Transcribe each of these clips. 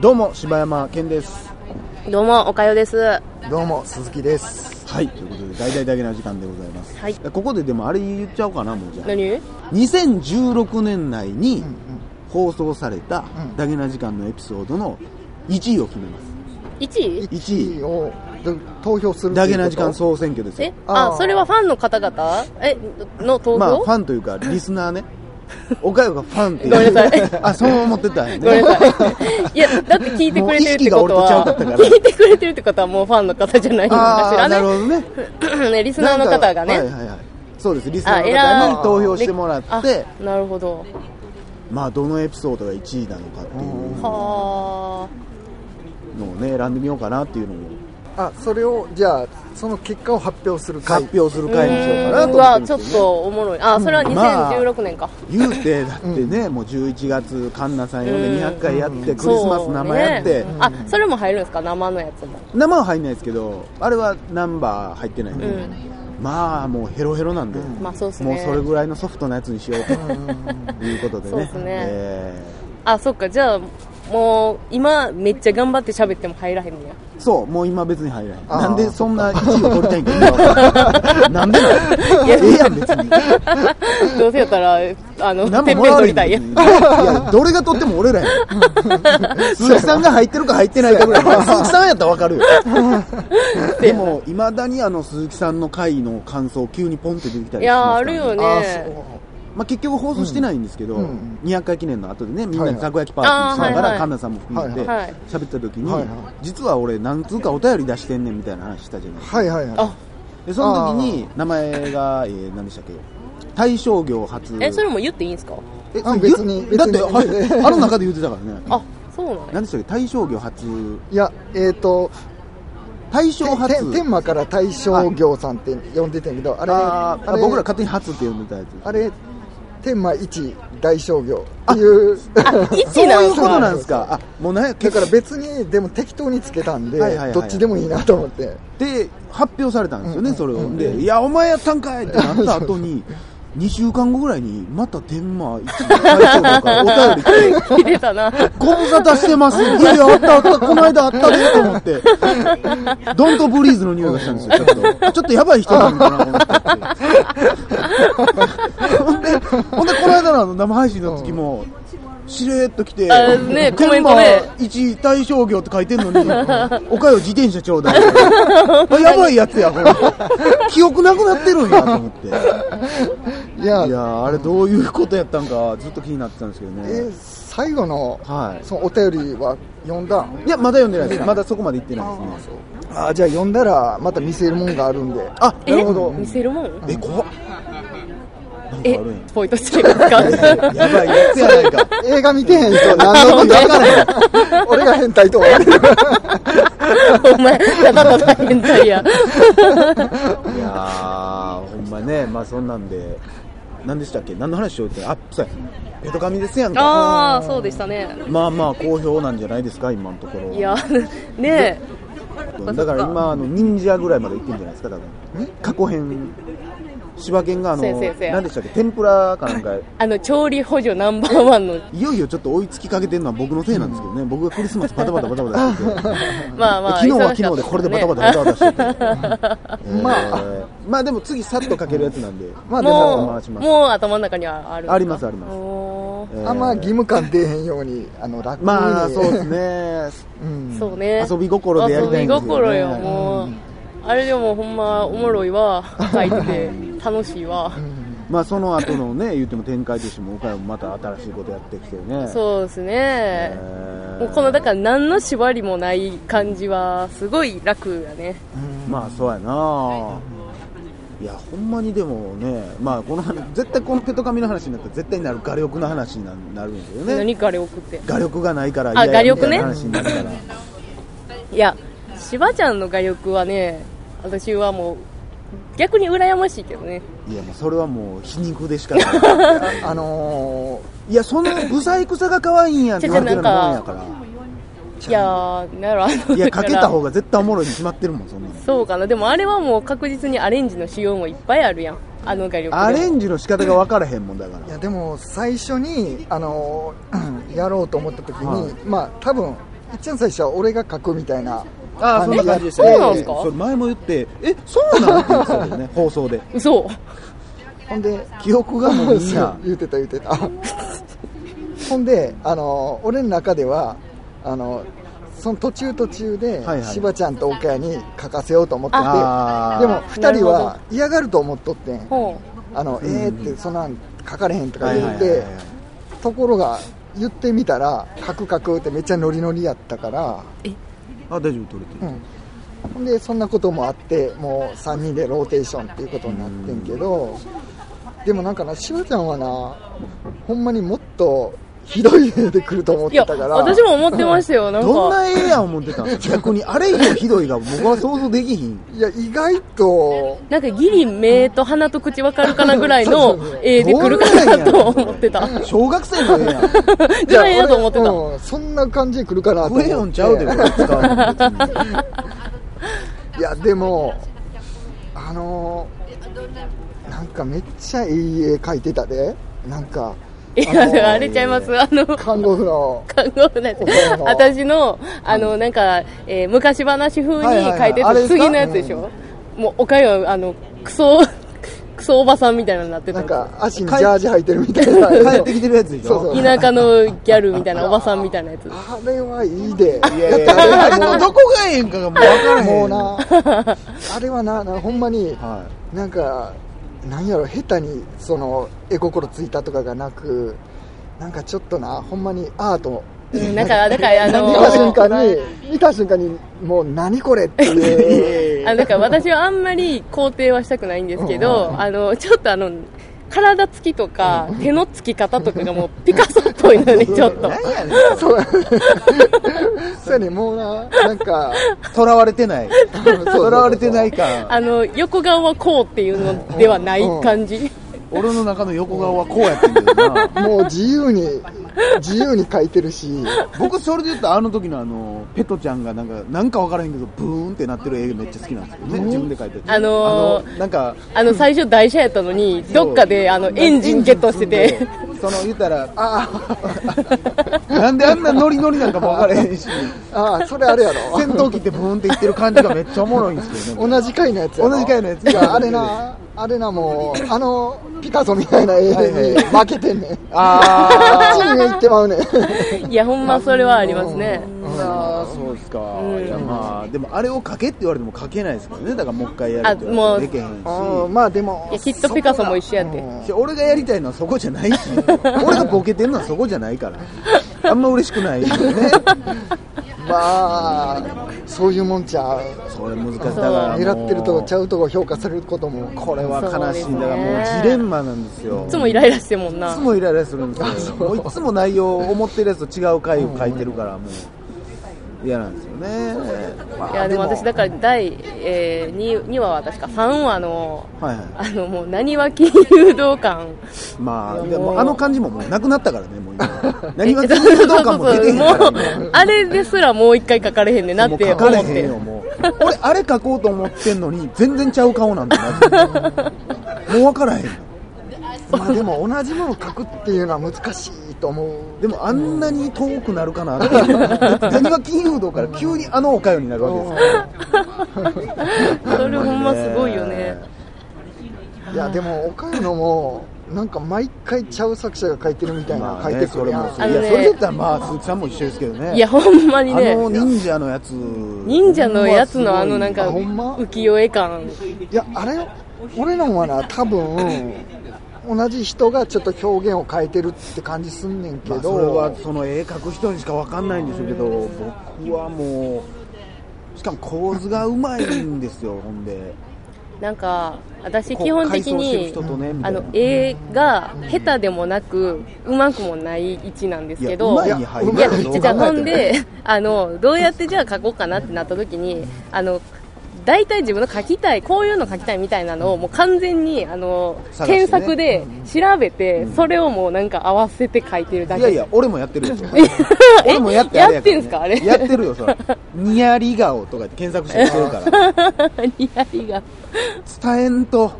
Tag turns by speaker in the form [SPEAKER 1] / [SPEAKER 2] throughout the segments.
[SPEAKER 1] どうも柴山健です
[SPEAKER 2] どうも、おかよです。は
[SPEAKER 3] どうも鈴木です
[SPEAKER 1] はいということで大々だけな時間でございます、
[SPEAKER 2] い。
[SPEAKER 1] ここででもあれ言っちゃおうかなもうじゃあ
[SPEAKER 2] 何
[SPEAKER 1] 2016年内に
[SPEAKER 3] うん
[SPEAKER 1] 放送された
[SPEAKER 3] うん
[SPEAKER 1] だけな時間のエピソードの1位を決めます
[SPEAKER 2] ?1 位
[SPEAKER 1] 1位
[SPEAKER 3] をど投票する
[SPEAKER 1] だけな時間
[SPEAKER 3] そう
[SPEAKER 1] 総選挙ですよ
[SPEAKER 2] えあ
[SPEAKER 3] あー
[SPEAKER 2] それはファンの方々えの投票、
[SPEAKER 1] まあファンというかリス ナーね岡山がファンっていう
[SPEAKER 2] ごめんなさい
[SPEAKER 1] あそう思ってたんやね
[SPEAKER 2] ごめんなさい。いや、だって聞いてくれてるっ
[SPEAKER 1] もう意識
[SPEAKER 2] てこと
[SPEAKER 1] が俺とちゃうかったか
[SPEAKER 2] は、
[SPEAKER 1] ら
[SPEAKER 2] 聞いてくれてるってことはもうファンの方じゃないのか
[SPEAKER 1] あ
[SPEAKER 2] し
[SPEAKER 1] あ
[SPEAKER 2] ら
[SPEAKER 1] なるほ
[SPEAKER 2] ね。
[SPEAKER 1] どね
[SPEAKER 2] ね、リスナーの方
[SPEAKER 1] な
[SPEAKER 2] が
[SPEAKER 1] ん
[SPEAKER 2] ね。
[SPEAKER 1] かはいはいはいそうですリスナーの方
[SPEAKER 2] あ
[SPEAKER 1] に
[SPEAKER 2] 選
[SPEAKER 1] 投票してもらって
[SPEAKER 2] あなるほど。
[SPEAKER 1] まあどのエピソードが1位なのかっていうの
[SPEAKER 2] は
[SPEAKER 1] をね選んでみようかなっていうのを
[SPEAKER 3] あそれをじゃあその結果を発表する会
[SPEAKER 1] 発表する
[SPEAKER 2] あ。
[SPEAKER 1] 会にしようかな
[SPEAKER 2] うーん
[SPEAKER 1] と思っ
[SPEAKER 2] う
[SPEAKER 1] て
[SPEAKER 2] わ
[SPEAKER 1] るん
[SPEAKER 2] ちょ
[SPEAKER 1] で
[SPEAKER 2] っ
[SPEAKER 1] すよね
[SPEAKER 2] とおもろい。あ、それは2016年か。
[SPEAKER 1] 言うてだってね、もう11月カンナさん呼んで200回やって、クリスマス生やって、
[SPEAKER 2] そうねあ、それも入るんですか生のやつも。
[SPEAKER 1] 生は入んないですけどあれはナンバー入ってないんで、
[SPEAKER 2] うん
[SPEAKER 1] まあもうヘロヘロなんで、
[SPEAKER 2] まあそうっすね。
[SPEAKER 1] もうそれぐらいのソフトなやつにしようということでね
[SPEAKER 2] そうっすね
[SPEAKER 1] え
[SPEAKER 2] あ、そっか。じゃあ、もう今めっちゃ頑張って喋っても入らへんねや。
[SPEAKER 1] ーそうもう今別に入らない
[SPEAKER 3] あー
[SPEAKER 1] なんでそんな1位を取りたいんか今 はなんでなん
[SPEAKER 2] いや
[SPEAKER 1] ええやん別に
[SPEAKER 2] どうせやったら、あの、
[SPEAKER 1] 何
[SPEAKER 2] てっぺ
[SPEAKER 1] もも
[SPEAKER 2] ん
[SPEAKER 1] らわ
[SPEAKER 2] 取
[SPEAKER 1] れへ
[SPEAKER 2] り
[SPEAKER 1] ん
[SPEAKER 2] たいや
[SPEAKER 1] 別にいやどれが取っても俺らや ん鈴木さんが入ってるか入ってないかぐらいまあ鈴木さんやったら分かる よでもいまだにあの鈴木さんの回の感想急にポンって出てきた
[SPEAKER 2] ん。
[SPEAKER 1] りし
[SPEAKER 2] いやー、
[SPEAKER 1] ま
[SPEAKER 2] あ
[SPEAKER 1] すから
[SPEAKER 2] るよ
[SPEAKER 3] あ
[SPEAKER 2] ね。
[SPEAKER 1] まあ、結局放送してないんですけど、
[SPEAKER 3] うんうん
[SPEAKER 1] 200回記念の後でねみんなでたこ焼きパーティーしな
[SPEAKER 2] はいは
[SPEAKER 1] が
[SPEAKER 2] いあーはいは
[SPEAKER 1] ら
[SPEAKER 2] い
[SPEAKER 1] カンナさんも含めて
[SPEAKER 2] はいはい
[SPEAKER 1] 喋った時に、
[SPEAKER 3] はいはい
[SPEAKER 1] 実は俺何通かお便り出してんねんみたいな話したじゃないですか
[SPEAKER 3] そうはいはいはい
[SPEAKER 2] あ、
[SPEAKER 1] でその時に名前が、えー何でしたっけ大商業初
[SPEAKER 2] え、それも言っていいんですか
[SPEAKER 1] え
[SPEAKER 3] あ別に
[SPEAKER 1] 言うだって
[SPEAKER 3] 別に
[SPEAKER 1] ああの中で言ってたからね
[SPEAKER 2] あ、そうなんや
[SPEAKER 1] 何でしたっけ大商業初
[SPEAKER 3] いやえっ、と
[SPEAKER 1] 大正初
[SPEAKER 3] て天馬から大正業さんって呼んでたんやけどあれ
[SPEAKER 1] あー
[SPEAKER 3] あれ
[SPEAKER 1] 僕ら勝手に初って呼んでたやつ
[SPEAKER 3] あれ天馬一大正業っていう
[SPEAKER 2] あ、一
[SPEAKER 1] そう
[SPEAKER 2] ないん
[SPEAKER 1] う
[SPEAKER 2] す
[SPEAKER 1] こ
[SPEAKER 2] か
[SPEAKER 1] となんですかあもうなんや
[SPEAKER 3] だから
[SPEAKER 1] 結
[SPEAKER 3] 別にでも適当につけたんで、
[SPEAKER 1] はいはいはい
[SPEAKER 3] どっちでもいいなと思って
[SPEAKER 1] で発表されたんですよね、
[SPEAKER 3] うん
[SPEAKER 1] それを、で「いやお前やったんかい!」ってなった後 に2週間後ぐらいにまた天満一の大将とからお便り来て
[SPEAKER 2] 入れ たな。
[SPEAKER 1] 「ご無沙汰してます」「い やいやあったあったこの間あったで」と思って「ドントブリーズ」の匂いがしたんですよちょっとちょっとやばい人なのかなと思ってほんでほんでこの間のあの生配信の時も、しれーっと来て、
[SPEAKER 2] あねコ
[SPEAKER 1] 天
[SPEAKER 2] メント
[SPEAKER 1] 満
[SPEAKER 2] ね
[SPEAKER 1] 一大商業って書いてんの に、おかよ自転車ちょうだい。あやばいやつや、これ。記憶なくなってるんやと思って。い
[SPEAKER 3] いや
[SPEAKER 1] やー、あれどういうことやったんか、ずっと気になってたんですけど
[SPEAKER 3] え
[SPEAKER 1] ね
[SPEAKER 3] ー。最後の,、
[SPEAKER 1] はい
[SPEAKER 3] そのお便りは読んだん
[SPEAKER 1] いや、まだ読んでないです。まだそこまで行ってないですね。
[SPEAKER 3] あじゃあ読んだらまた見せるもんがあるんで
[SPEAKER 1] あ、
[SPEAKER 2] え
[SPEAKER 1] なるほど。
[SPEAKER 2] 見せるもん
[SPEAKER 1] え、怖っ。なんか
[SPEAKER 2] え
[SPEAKER 1] あるんや、
[SPEAKER 2] ポイントしてるんですか
[SPEAKER 1] やばい やつやない か。
[SPEAKER 3] 映画見てへん人何のこと分からへん俺が変態と思われる
[SPEAKER 2] お前、ただただ変 態や。
[SPEAKER 1] いやー、ほんまね、まあそんなんで。何でしたっけ何の話しようって。あ、そうや。ペトカミですやんか。
[SPEAKER 2] あー、そうでしたね。
[SPEAKER 1] まあまあ好評なんじゃないですか今のところ
[SPEAKER 2] いや、ね
[SPEAKER 1] だから今あの忍者ぐらいまで行ってんじゃないですか多分過去編柴犬があの
[SPEAKER 2] せやせやせや
[SPEAKER 1] 何でしたっけ天ぷらかなんか
[SPEAKER 2] あの、調理補助ナンバーワンの、
[SPEAKER 1] いよいよちょっと追いつきかけてるのは僕のせいなんですけどね、僕がクリスマスバタバタバタバタして て
[SPEAKER 2] まあまあ、
[SPEAKER 1] 昨日は
[SPEAKER 2] 忙し
[SPEAKER 1] 昨
[SPEAKER 2] かっ
[SPEAKER 1] 日
[SPEAKER 2] た
[SPEAKER 1] ですこれでバタバタバタバタしてて、まあまあでも次さっとかけるやつなんで、まあでも
[SPEAKER 2] も
[SPEAKER 1] 回し
[SPEAKER 2] う、
[SPEAKER 1] ます
[SPEAKER 2] もう頭の中にはあるんですか
[SPEAKER 1] ありますあります
[SPEAKER 2] おー
[SPEAKER 1] えー
[SPEAKER 3] あんま義務感出へんようにあの楽に
[SPEAKER 1] まあそうですね
[SPEAKER 3] うん
[SPEAKER 2] そうね。
[SPEAKER 1] 遊び心でやりたいんですよね
[SPEAKER 2] 遊び心よ、もう。あれでもほんまおもろいわ、書いてて、楽しいわ。
[SPEAKER 1] まあその後のね言っても展開としても岡山もまた新しいことやってきてね
[SPEAKER 2] そうですね。
[SPEAKER 1] えー
[SPEAKER 2] もうこの、だから何の縛りもない感じは、すごい楽やね。
[SPEAKER 1] まあそうやないやほんまにでもねまあこの話絶対このペトカミの話になったら絶対になる画力の話にななるんですよね
[SPEAKER 2] 何かあれ送って。
[SPEAKER 1] 画力がないから
[SPEAKER 2] あ
[SPEAKER 1] いやいや
[SPEAKER 2] 画力
[SPEAKER 1] みた
[SPEAKER 2] ね
[SPEAKER 1] いな話になるから
[SPEAKER 2] いや、しばちゃんの画力はね、私はもう、逆に羨ましいけどね。
[SPEAKER 1] いやもうそれはもう皮肉でしかない
[SPEAKER 3] あの
[SPEAKER 1] いやそのブサイクさが可愛いんやんって言われてるようなもんやから
[SPEAKER 2] いやー、なら、あの
[SPEAKER 1] いやかけた方
[SPEAKER 2] だ
[SPEAKER 1] が絶対おもろいに決まってるもんそんなの
[SPEAKER 2] らそうかな。でもあれはもう確実にアレンジの仕様もいっぱいあるやん。あの画力でも。
[SPEAKER 1] アレンジの仕方が分からへんもんだから
[SPEAKER 3] ーい やでも最初にあのーやろうと思った時に、
[SPEAKER 1] はい
[SPEAKER 3] まあ多分一番最初は俺が書くみたいな
[SPEAKER 1] ああ、そんな感じでした
[SPEAKER 2] えそうなんすか
[SPEAKER 1] ええそれ前も言って、え、そうなんって言ってたよ ね、放送で。
[SPEAKER 2] 嘘。
[SPEAKER 3] ほんで
[SPEAKER 1] 記憶がもうみん
[SPEAKER 3] そ
[SPEAKER 1] な
[SPEAKER 3] う。言ってた言ってた ほんであの俺の中ではあのその途中途中で、
[SPEAKER 1] はいはい
[SPEAKER 3] しばちゃんと岡谷に書かせようと思っててで
[SPEAKER 1] あー
[SPEAKER 3] も2人は嫌がると思っとってん
[SPEAKER 2] ほ
[SPEAKER 3] あの、
[SPEAKER 1] んうん
[SPEAKER 3] えーってそんなん書かれへんとか
[SPEAKER 1] はい
[SPEAKER 3] 言
[SPEAKER 1] はい
[SPEAKER 3] っ
[SPEAKER 1] はい
[SPEAKER 3] て
[SPEAKER 1] はい
[SPEAKER 3] ところが言ってみたら書く書くってめっちゃノリノリやったから、
[SPEAKER 1] あ、大丈夫、取れて
[SPEAKER 3] う
[SPEAKER 1] る。
[SPEAKER 3] ん、ほんでそんなこともあってもう3人でローテーションっていうことになってんけどでもなんかなしばちゃんはなほんまにもっとひどい絵で来ると思っ
[SPEAKER 2] う。い
[SPEAKER 3] て
[SPEAKER 2] や、
[SPEAKER 3] たから
[SPEAKER 2] 私も思ってましたよ。なんか。
[SPEAKER 1] どんなええやん思ってたん逆に、あれ以上ひどいが僕は想像できひん。
[SPEAKER 3] いや意外と
[SPEAKER 2] なんかギリ目と鼻と口わかるかなぐらいの絵で来るかなと思ってた。
[SPEAKER 1] 小学生のええ やん。
[SPEAKER 2] ぐらいだと思って
[SPEAKER 3] いや
[SPEAKER 2] た。
[SPEAKER 3] 俺うんそんな感じで来るかなと
[SPEAKER 1] 食
[SPEAKER 3] 思っ
[SPEAKER 1] え
[SPEAKER 3] て
[SPEAKER 1] よんちゃうで、これ使うの別に。
[SPEAKER 3] いやでもあのーなんかめっちゃいい絵描いてたでなんか
[SPEAKER 2] いや、だからあれちゃいます。あの、
[SPEAKER 3] 看護婦の
[SPEAKER 2] 看護婦なんて
[SPEAKER 3] そうなの
[SPEAKER 2] 私の、あの、なんか、えー昔話風
[SPEAKER 1] はいはいは
[SPEAKER 2] に
[SPEAKER 1] い
[SPEAKER 2] 書いて
[SPEAKER 1] あれで
[SPEAKER 2] た
[SPEAKER 1] すか
[SPEAKER 2] 次のやつでしょもう、おかよ、あの、クソ、クソおばさんみたいなのになってた
[SPEAKER 3] なん。か足にジャージ履いてるみたいな
[SPEAKER 1] 帰ってきてるやつでし
[SPEAKER 3] そう
[SPEAKER 1] ょ
[SPEAKER 3] そう
[SPEAKER 2] 田舎のギャルみたいなおばさんみたいなやつ。
[SPEAKER 3] あれはいいで
[SPEAKER 1] いやいやいやもうどこがええんかがもう分からへん。
[SPEAKER 3] もう。な あれはななほんまに
[SPEAKER 1] は
[SPEAKER 3] なんかなんやろ下手にその絵心ついたとかがなくなんかちょっとなほんまにアート
[SPEAKER 2] うんなんか、だから、あの
[SPEAKER 3] 見た瞬間に見た瞬間にもう何これってい う
[SPEAKER 2] あなんか私はあんまり肯定はしたくないんですけど、あのちょっとあの体つきとか手のつき方とかがもうピカソっぽいのねちょ
[SPEAKER 1] い。
[SPEAKER 2] っと
[SPEAKER 1] 何やねん。
[SPEAKER 3] そうそうやねもうななんか
[SPEAKER 1] 囚われて ない。
[SPEAKER 3] そうそう
[SPEAKER 1] 囚
[SPEAKER 3] そう
[SPEAKER 1] われてないか。
[SPEAKER 2] あの横顔はこうっていうのではない感じ
[SPEAKER 1] 俺の中の横顔はこうやってんだよ な。
[SPEAKER 3] もう自由に自由に描いてるし
[SPEAKER 1] 僕それで言うとあの時のあのペトちゃんがなんかなんか分からへんけどブーンってなってる絵めっちゃ好きなんですけどね自分で描いてて
[SPEAKER 2] あのー
[SPEAKER 1] あのなんか
[SPEAKER 2] あの最初台車やったのにどっかであのエンジンゲットしてて
[SPEAKER 1] その言ったらああなんであんなノリノリなんかも分からへんし
[SPEAKER 3] ああそれあれや
[SPEAKER 1] 戦
[SPEAKER 3] ろ
[SPEAKER 1] 闘機ってブーンっていってる感じがめっちゃおもろいんですけ どね
[SPEAKER 3] 同じ回のやつやろ
[SPEAKER 1] 同じ回のやつ
[SPEAKER 3] い やあれなあれなもうあのピカソみたいな絵に負けてんねん
[SPEAKER 1] あ
[SPEAKER 3] あっちに行ってまうねん
[SPEAKER 2] いやほんまそれはありますね
[SPEAKER 1] あそうですか、
[SPEAKER 2] うん
[SPEAKER 1] いやまあでもあれを描けって言われても描けないですからねだからもう一回やるって言
[SPEAKER 2] あも
[SPEAKER 1] わ
[SPEAKER 2] う
[SPEAKER 1] れてもでけへんし
[SPEAKER 3] うんまあでも
[SPEAKER 2] いやきっとピカソも一緒やって
[SPEAKER 1] いや俺がやりたいのはそこじゃないし 俺がボケてるのはそこじゃないからあんま嬉しくないよね
[SPEAKER 3] まあそういうもんちゃう
[SPEAKER 1] それ難しいだから
[SPEAKER 3] 狙ってるとこちゃ
[SPEAKER 1] う
[SPEAKER 3] うとこ評価されることも
[SPEAKER 1] これは悲しいんだから
[SPEAKER 2] そうですね
[SPEAKER 1] もうジレンマなんですよ
[SPEAKER 2] いつもイライラしてるもん
[SPEAKER 1] い
[SPEAKER 2] な
[SPEAKER 1] つもイライラするんですよもういつも内容思ってるやつと違う回を書いてるからもう嫌なんですよね
[SPEAKER 2] いやでも私だから第、え 2, 2話は確か3話の
[SPEAKER 1] はいは
[SPEAKER 2] あのもう何は金融道
[SPEAKER 1] い
[SPEAKER 2] 館
[SPEAKER 1] まあ
[SPEAKER 2] い
[SPEAKER 1] で
[SPEAKER 2] やもう
[SPEAKER 1] もあの感じももうなくなったからね もう今何が金融道館も出てへん
[SPEAKER 2] も
[SPEAKER 1] から今
[SPEAKER 2] うあれですらもう一回書かれへんねんな
[SPEAKER 1] もう
[SPEAKER 2] って
[SPEAKER 1] 書
[SPEAKER 2] 思
[SPEAKER 1] かれ
[SPEAKER 2] っ
[SPEAKER 1] へん
[SPEAKER 2] て
[SPEAKER 1] よもう俺あれ書こうと思ってんのに全然ちゃう顔なんだなもう分からへんの
[SPEAKER 3] まあでも同じものを描くっていうのは難しいと思う
[SPEAKER 1] でもあんなに遠くなるかなっていうだって何が金融道から急にあのおかよになるわけですか
[SPEAKER 2] それ
[SPEAKER 1] ら
[SPEAKER 2] ほんますごいよね
[SPEAKER 3] いやでも岡山のもなんか毎回ちゃう作者が描いてるみたいな
[SPEAKER 1] ま
[SPEAKER 3] の
[SPEAKER 1] あ
[SPEAKER 3] 描い
[SPEAKER 1] ね
[SPEAKER 3] てく
[SPEAKER 1] そ
[SPEAKER 3] る
[SPEAKER 1] れ
[SPEAKER 3] やん、
[SPEAKER 1] もそ
[SPEAKER 2] あ
[SPEAKER 1] うい
[SPEAKER 2] の
[SPEAKER 1] や
[SPEAKER 2] ね
[SPEAKER 1] それで言ったらまあ鈴木さんも一緒ですけどね
[SPEAKER 2] いやほんまに
[SPEAKER 1] あ
[SPEAKER 2] ね
[SPEAKER 1] の忍者のやつ
[SPEAKER 2] 忍者のやつのあのなんか
[SPEAKER 3] あほんま
[SPEAKER 2] 浮世絵感
[SPEAKER 3] いやあれ俺のはな多分同じ人がちょっと表現を変えてるって感じすんねんけ
[SPEAKER 1] まあ
[SPEAKER 3] ど、
[SPEAKER 1] それはその絵描く人にしか分かんないんでしょうけど僕はもうしかも構図がうまいんですよほんで
[SPEAKER 2] なんか私
[SPEAKER 1] こう
[SPEAKER 2] 基本的
[SPEAKER 1] 改装してる
[SPEAKER 2] に
[SPEAKER 1] 人とねみた
[SPEAKER 2] あ
[SPEAKER 1] いな
[SPEAKER 2] の絵が下手でもなくうまくもない位置なんですけど
[SPEAKER 1] いやうまいに入る
[SPEAKER 2] いや、
[SPEAKER 1] どう考え
[SPEAKER 2] じゃあ
[SPEAKER 1] ても
[SPEAKER 2] ほんで、あの、どうやってじゃあ書こうかなってなった時に、あの、大体自分の書きたい、こういうの書きたいみたいなのをもう完全に、あの、
[SPEAKER 1] 探してね
[SPEAKER 2] 検索で調べて、それをもうなんか合わせて書いてるだ
[SPEAKER 1] い
[SPEAKER 2] け。
[SPEAKER 1] やいや、俺もやってるでしょ。
[SPEAKER 2] え
[SPEAKER 1] 俺もやってあれや
[SPEAKER 2] や
[SPEAKER 1] から
[SPEAKER 2] って
[SPEAKER 1] ね
[SPEAKER 2] んすかあれ。
[SPEAKER 1] やってるよ、 そら。ニヤリ顔とかって検索してるから。
[SPEAKER 2] ニヤリが。
[SPEAKER 1] 伝えんと。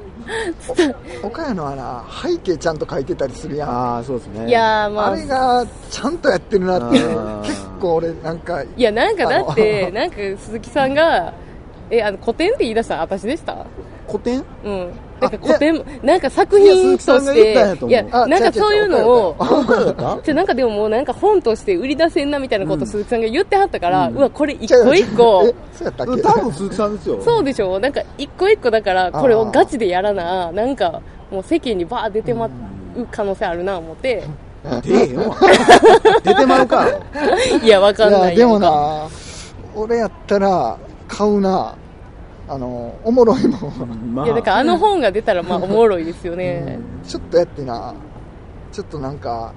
[SPEAKER 3] お岡谷のはな背景ちゃんと書いてたりするやんあ,、
[SPEAKER 1] ああ、そうですね。
[SPEAKER 2] いやーまあ
[SPEAKER 3] れがちゃんとやってるなって
[SPEAKER 1] あー
[SPEAKER 3] 結構俺なんか
[SPEAKER 2] いやなんかだっ
[SPEAKER 3] あ
[SPEAKER 2] て
[SPEAKER 3] の
[SPEAKER 2] なんか鈴木さんがえあの古典って言い出したら私でした
[SPEAKER 1] 古典
[SPEAKER 2] うんなんか
[SPEAKER 1] あ
[SPEAKER 2] 古典なんか作品
[SPEAKER 1] いや鈴木さ
[SPEAKER 2] と
[SPEAKER 1] んが
[SPEAKER 2] し
[SPEAKER 1] 言ったんやと
[SPEAKER 2] て
[SPEAKER 1] 思う
[SPEAKER 2] いや
[SPEAKER 3] あ
[SPEAKER 2] なんかそういうのを
[SPEAKER 1] 岡谷だった
[SPEAKER 2] じゃなんかでももうなんか本として売り出せんなみたいなこと
[SPEAKER 1] うん
[SPEAKER 2] を鈴木さんが言ってはったから、
[SPEAKER 1] う
[SPEAKER 2] うんわこれ一個一
[SPEAKER 3] え
[SPEAKER 2] 個
[SPEAKER 3] そうやった っ
[SPEAKER 1] 多
[SPEAKER 3] け
[SPEAKER 1] 分鈴木さんですよ。
[SPEAKER 2] そうでしょなんか一個一個だからこれ
[SPEAKER 3] あ
[SPEAKER 2] を
[SPEAKER 3] ー
[SPEAKER 2] ガチでやらななんかもう世間にバー出てまう可能性あるな思って
[SPEAKER 1] 出えへんわ。出てまうか。
[SPEAKER 2] いやわかん
[SPEAKER 3] い
[SPEAKER 2] ない
[SPEAKER 3] やでも
[SPEAKER 2] やんか
[SPEAKER 3] な俺やったら買うなあのおもろいもん
[SPEAKER 1] まあ、
[SPEAKER 2] いやだからあの本が出たらまあおもろいですよね、
[SPEAKER 3] ちょっとやってなちょっとなんか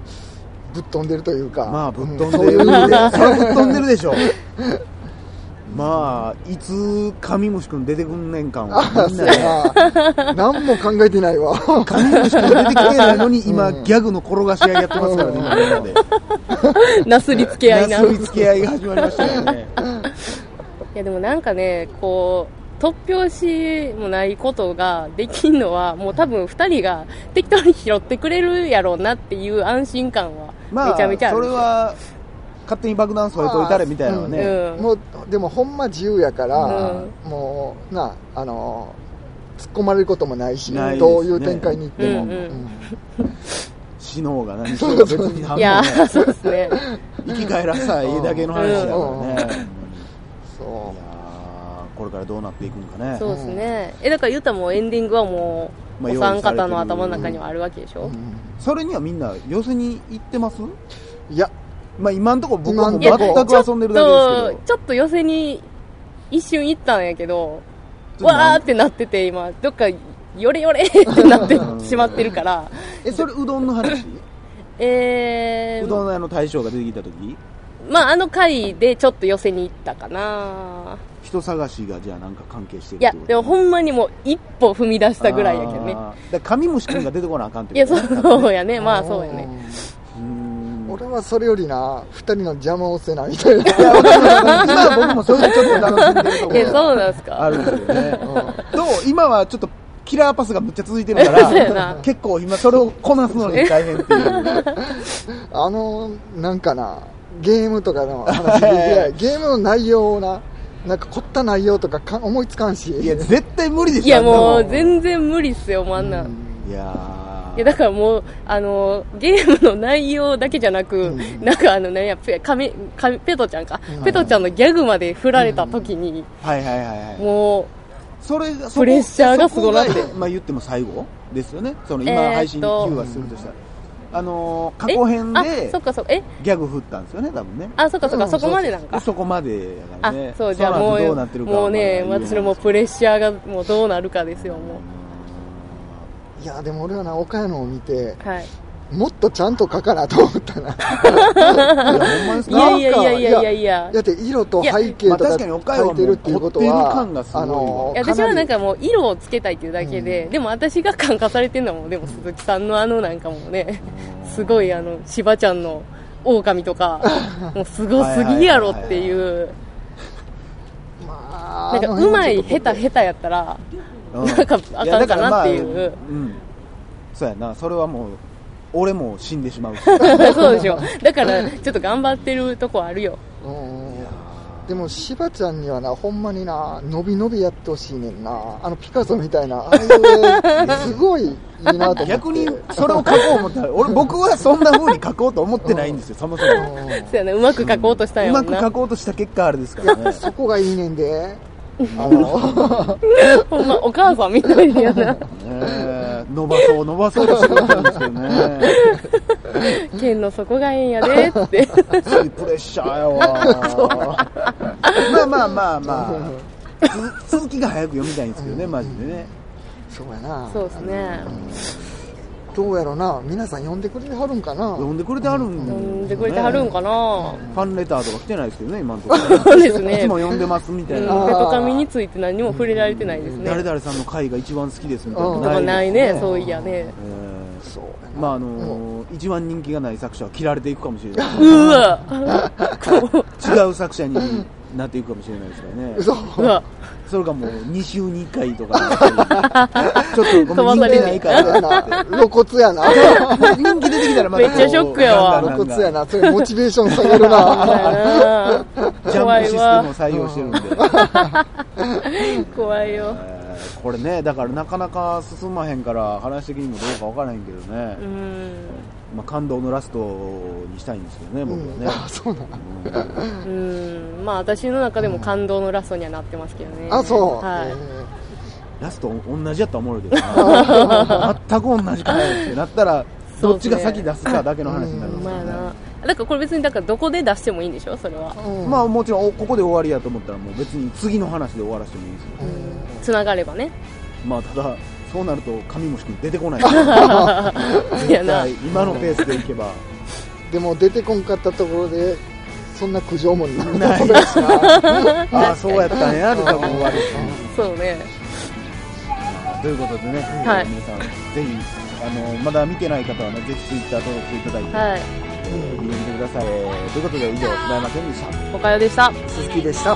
[SPEAKER 3] ぶっ飛んでるというか
[SPEAKER 1] まあ、ぶっ
[SPEAKER 3] う
[SPEAKER 1] 飛
[SPEAKER 3] ん
[SPEAKER 1] ん
[SPEAKER 3] そう
[SPEAKER 1] で
[SPEAKER 3] い
[SPEAKER 1] る。そ
[SPEAKER 3] う
[SPEAKER 1] り
[SPEAKER 3] 意味で
[SPEAKER 1] ゃぶっ飛んでるでしょ。まあ、いつ、神虫くん出てくんねんかんを
[SPEAKER 3] あ
[SPEAKER 1] みん
[SPEAKER 3] そ
[SPEAKER 1] な
[SPEAKER 3] う
[SPEAKER 1] で。
[SPEAKER 3] やな 何も考えてないわ
[SPEAKER 1] 神虫くん出てきてないのに、今、
[SPEAKER 3] うん
[SPEAKER 1] ギャグの転がし合いやってますからね、みんなで。
[SPEAKER 2] なすりつけ合いな
[SPEAKER 1] なすり付け合いが始まりましたよね。
[SPEAKER 2] いやでもなんかね、こう、突拍子もないことができんのは、もう多分二人が適当に拾ってくれるやろうなっていう安心感は、
[SPEAKER 1] ま
[SPEAKER 2] め
[SPEAKER 1] あ、
[SPEAKER 2] ちゃめちゃある。
[SPEAKER 1] それは、勝手に爆弾添えといたれみたいなのはね。
[SPEAKER 2] うん
[SPEAKER 3] もうでもほんま自由やから、
[SPEAKER 2] う
[SPEAKER 3] もうなあの突っ込まれることもないし
[SPEAKER 1] ないですね
[SPEAKER 3] どういう展開に行っても、
[SPEAKER 2] うんうん
[SPEAKER 1] 死のうが何しようが別に何も
[SPEAKER 2] いや
[SPEAKER 1] ね、
[SPEAKER 2] ー、そうです ね。
[SPEAKER 1] 生き返らさいだけの話だからね。いやー
[SPEAKER 3] そ
[SPEAKER 1] これからどうなっていくんかね。
[SPEAKER 2] そうですね。え、だからゆうたもエンディングはもう、
[SPEAKER 1] まあ
[SPEAKER 2] お三方の
[SPEAKER 1] 用意されてる
[SPEAKER 2] 頭の中にはあるわけでし
[SPEAKER 3] う、
[SPEAKER 2] ょ、
[SPEAKER 3] うん
[SPEAKER 1] それにはみんな寄せに行ってます
[SPEAKER 3] いや
[SPEAKER 1] まあ今んとこ僕はもう
[SPEAKER 3] いや
[SPEAKER 1] 全
[SPEAKER 2] ちょっ
[SPEAKER 1] く遊んでるだけ
[SPEAKER 2] と
[SPEAKER 1] ですけ、
[SPEAKER 2] ちょっと寄せに一瞬行ったんやけど、
[SPEAKER 1] ど。
[SPEAKER 2] わーってなってて今、どっか、よれよれってなってしまって るから、
[SPEAKER 1] え、それうどんの話
[SPEAKER 2] えー、
[SPEAKER 1] うどん屋の大将が出てきた時
[SPEAKER 2] まあ、あの回でちょっと寄せに行ったかな。
[SPEAKER 1] 人探しがじゃあなんか関係してる
[SPEAKER 2] いや、でもほんまにもう一歩踏み出したぐらいやけどね。
[SPEAKER 1] あーだから神虫くんが出てこなあかんって
[SPEAKER 2] いや、
[SPEAKER 1] ことね
[SPEAKER 2] そうやね。まあ、そうやね。
[SPEAKER 1] うーん
[SPEAKER 3] 俺はそれよりな2人の邪魔をせないみたい な
[SPEAKER 1] いやわかんない今は僕もそういうちょっと楽しんでるとこ
[SPEAKER 2] え、
[SPEAKER 1] ろ
[SPEAKER 2] そうなんす
[SPEAKER 1] があ
[SPEAKER 2] か
[SPEAKER 1] るんですよ ね。
[SPEAKER 3] うん
[SPEAKER 1] と今はちょっとキラーパスがむっちゃ続いてるか
[SPEAKER 2] そうやな
[SPEAKER 1] ら結構今それをこなすのに大変って いう
[SPEAKER 3] あのなんかなゲームとかの話 でいやゲームの内容をななんか凝った内容とかか思いつかんし
[SPEAKER 1] いや絶対無理でしょ
[SPEAKER 2] いや、も
[SPEAKER 1] あん
[SPEAKER 2] う
[SPEAKER 1] な
[SPEAKER 2] 全然無理っすよ、もうあんな。
[SPEAKER 3] うんん
[SPEAKER 1] んいや
[SPEAKER 2] いや、だからもう、あの、ゲームの内容だけじゃなく、
[SPEAKER 3] うん
[SPEAKER 2] なんかあの、なんや、ペ、かみ、かみペトちゃんか
[SPEAKER 3] うん。
[SPEAKER 2] ペトちゃんのギャグまで振られた時に、
[SPEAKER 1] はいはいはいはい
[SPEAKER 2] も
[SPEAKER 1] それがそこ
[SPEAKER 2] プレッシャーがすごなって
[SPEAKER 1] そこがまあ言っても最後ですよねその今
[SPEAKER 2] えーっと
[SPEAKER 1] 配信に Q はするとしたら、あのー
[SPEAKER 2] う、
[SPEAKER 1] 過去編
[SPEAKER 2] えあ、そ
[SPEAKER 1] で
[SPEAKER 2] っかそっか、え
[SPEAKER 1] ギャグ振ったんですよね多分ね
[SPEAKER 2] あ、そっかそっ
[SPEAKER 3] う
[SPEAKER 2] か、
[SPEAKER 3] ん
[SPEAKER 2] そこまでなん
[SPEAKER 1] で
[SPEAKER 2] か。
[SPEAKER 1] そこまでやから
[SPEAKER 2] あ
[SPEAKER 1] ね、
[SPEAKER 2] そう、じゃあ
[SPEAKER 1] の
[SPEAKER 2] も
[SPEAKER 1] 後
[SPEAKER 2] う、
[SPEAKER 1] どうなってるか
[SPEAKER 2] もうね、
[SPEAKER 1] まだ言えない
[SPEAKER 2] 私のもうプレッシャーがもうどうなるかですよ、も
[SPEAKER 3] いやでも俺はな岡山を見て
[SPEAKER 2] う。はい。
[SPEAKER 3] もっとちゃんと書かなと思った
[SPEAKER 1] い
[SPEAKER 3] な
[SPEAKER 1] やほんまです
[SPEAKER 2] い
[SPEAKER 1] か
[SPEAKER 2] やいやいやいやいやいや。
[SPEAKER 3] だって色と背景と
[SPEAKER 1] いやまあ
[SPEAKER 3] か
[SPEAKER 1] 確かに岡山
[SPEAKER 3] 書
[SPEAKER 1] も
[SPEAKER 3] いてるっていうこと
[SPEAKER 1] 凝って
[SPEAKER 3] は
[SPEAKER 1] る感がすごいわ
[SPEAKER 2] いや私はなん
[SPEAKER 3] か
[SPEAKER 2] かもう色をつけたいっていうだけで、でも私が感化されてるのはもうでも鈴木さんのあのなんかもうね、すごいあの、しばちゃんの狼 とか、もうすごすぎやろっていう、
[SPEAKER 3] りま
[SPEAKER 2] な
[SPEAKER 3] あ
[SPEAKER 2] んかうまい、下手下手やっ たら、
[SPEAKER 1] うん
[SPEAKER 2] なんかあかんかなっていう
[SPEAKER 1] やだからまあうん、そうやなそれはもう俺も死んでしまう し
[SPEAKER 2] そうでしょ。だからちょっと頑張ってるとこあるよ。
[SPEAKER 3] うんでもしばちゃんにはなほんまにな伸び伸びやってほしいねんなあのピカソみたいなあ あいうすごいいいなと思って
[SPEAKER 1] 逆にそれを書こう思ったら俺僕はそんな風に書こうと思ってないんですよそもそも
[SPEAKER 3] うん
[SPEAKER 2] そうやね、うまく書こうとしたん
[SPEAKER 1] う
[SPEAKER 2] やも
[SPEAKER 1] ま
[SPEAKER 2] ん
[SPEAKER 1] く
[SPEAKER 2] な。
[SPEAKER 1] 書こうとした結果あれですからね
[SPEAKER 3] そこがいいねんであの
[SPEAKER 2] ほんま、お母さんみたいやな。
[SPEAKER 1] ねえ伸ばそう伸ばそうとしてたんですけどね
[SPEAKER 2] 剣の底がええんやでって。
[SPEAKER 1] すごいプレッシャーやわまあまあまあまあつ続きが早く読みたいんですけどねマジでね
[SPEAKER 3] そうやな
[SPEAKER 2] そうですね。
[SPEAKER 3] どうやろな皆さん呼んでくれてはるんかな
[SPEAKER 1] 読んでくれてはるん
[SPEAKER 2] 呼んでくれてはるんかな。
[SPEAKER 1] ファンレターとか来てないですけどね今のところ
[SPEAKER 2] そうです
[SPEAKER 1] い
[SPEAKER 2] ね。
[SPEAKER 1] つも
[SPEAKER 2] うん
[SPEAKER 1] 読んでますみた
[SPEAKER 2] ペ
[SPEAKER 1] いな、
[SPEAKER 2] トカミについて何も触れられてないですね。
[SPEAKER 1] 誰々さんの回が一番好きですみたい
[SPEAKER 3] うん
[SPEAKER 2] と
[SPEAKER 1] な
[SPEAKER 2] か
[SPEAKER 1] の
[SPEAKER 2] ない
[SPEAKER 1] です
[SPEAKER 2] ね、そういやね。
[SPEAKER 1] え
[SPEAKER 3] そうや
[SPEAKER 1] ーま
[SPEAKER 3] な
[SPEAKER 1] ああのー一番人気がない作者は切られていくかもしれないう
[SPEAKER 2] わ
[SPEAKER 1] 違う作者になっていくかもしれないですから ね。
[SPEAKER 3] 嘘
[SPEAKER 2] うわ
[SPEAKER 1] それがもう2週に1回とかにちょっとご
[SPEAKER 2] 飛
[SPEAKER 1] めん人
[SPEAKER 2] ばされ
[SPEAKER 1] 気
[SPEAKER 2] る
[SPEAKER 1] ないからなって。
[SPEAKER 3] 露骨やな
[SPEAKER 1] 人気出てきたらまたこう
[SPEAKER 2] めっちゃショックやわ
[SPEAKER 1] ガンガ
[SPEAKER 3] 露
[SPEAKER 1] ンガン
[SPEAKER 3] 骨
[SPEAKER 1] ガ
[SPEAKER 3] や
[SPEAKER 1] ン
[SPEAKER 3] なそれモチベーション下げる な
[SPEAKER 1] ジャ
[SPEAKER 2] 怖
[SPEAKER 1] ンプシ
[SPEAKER 2] い
[SPEAKER 1] ステ
[SPEAKER 2] わ
[SPEAKER 1] ムを採用してるんで。
[SPEAKER 2] 怖いよ
[SPEAKER 1] えーこれね、だからなかなか進まへんから話的にもどうかわからへんけどね
[SPEAKER 2] う。ん
[SPEAKER 1] まあ感動のラストにしたいんですけどね、
[SPEAKER 3] う
[SPEAKER 1] 僕は
[SPEAKER 3] ん
[SPEAKER 1] ね。
[SPEAKER 3] あそうなん
[SPEAKER 2] うんまあ私の中でも感動のラストにはなってますけどね
[SPEAKER 3] あそう、
[SPEAKER 2] はい
[SPEAKER 1] ラスト同じやったらおもろいけどな 全く同じかよってなったら
[SPEAKER 2] そう
[SPEAKER 1] ど
[SPEAKER 2] っ
[SPEAKER 1] っ
[SPEAKER 2] す
[SPEAKER 1] ち
[SPEAKER 2] ね
[SPEAKER 1] が先出すかだけの話になる
[SPEAKER 2] ほ
[SPEAKER 1] ん
[SPEAKER 2] ん
[SPEAKER 1] です
[SPEAKER 2] ま
[SPEAKER 1] よ
[SPEAKER 2] や
[SPEAKER 1] ね
[SPEAKER 2] なだからこれ別にだからどこで出してもいいんでしょそれは
[SPEAKER 3] うん
[SPEAKER 1] まあもちろんおここで終わりやと思ったらもう別に次の話で終わらせてもいいですよ
[SPEAKER 2] つながればね
[SPEAKER 1] まあただそうなると神もしく出てこ ない
[SPEAKER 2] いや
[SPEAKER 1] 絶
[SPEAKER 2] な
[SPEAKER 1] 対今のペースでいけ ば
[SPEAKER 3] でも出てこんかったところでそんな苦情もな
[SPEAKER 1] ないい
[SPEAKER 3] です な
[SPEAKER 1] ああそうやったんやで多分終わる
[SPEAKER 2] そうね
[SPEAKER 1] ということでね、
[SPEAKER 2] は
[SPEAKER 1] え
[SPEAKER 2] い
[SPEAKER 1] ー皆さんぜひあのまだ見てない方はねぜひツイッター登録していただいて、
[SPEAKER 2] はい
[SPEAKER 1] えー見てみてくださいえーということで以上平山健でした
[SPEAKER 2] おかよでした
[SPEAKER 3] 鈴木でした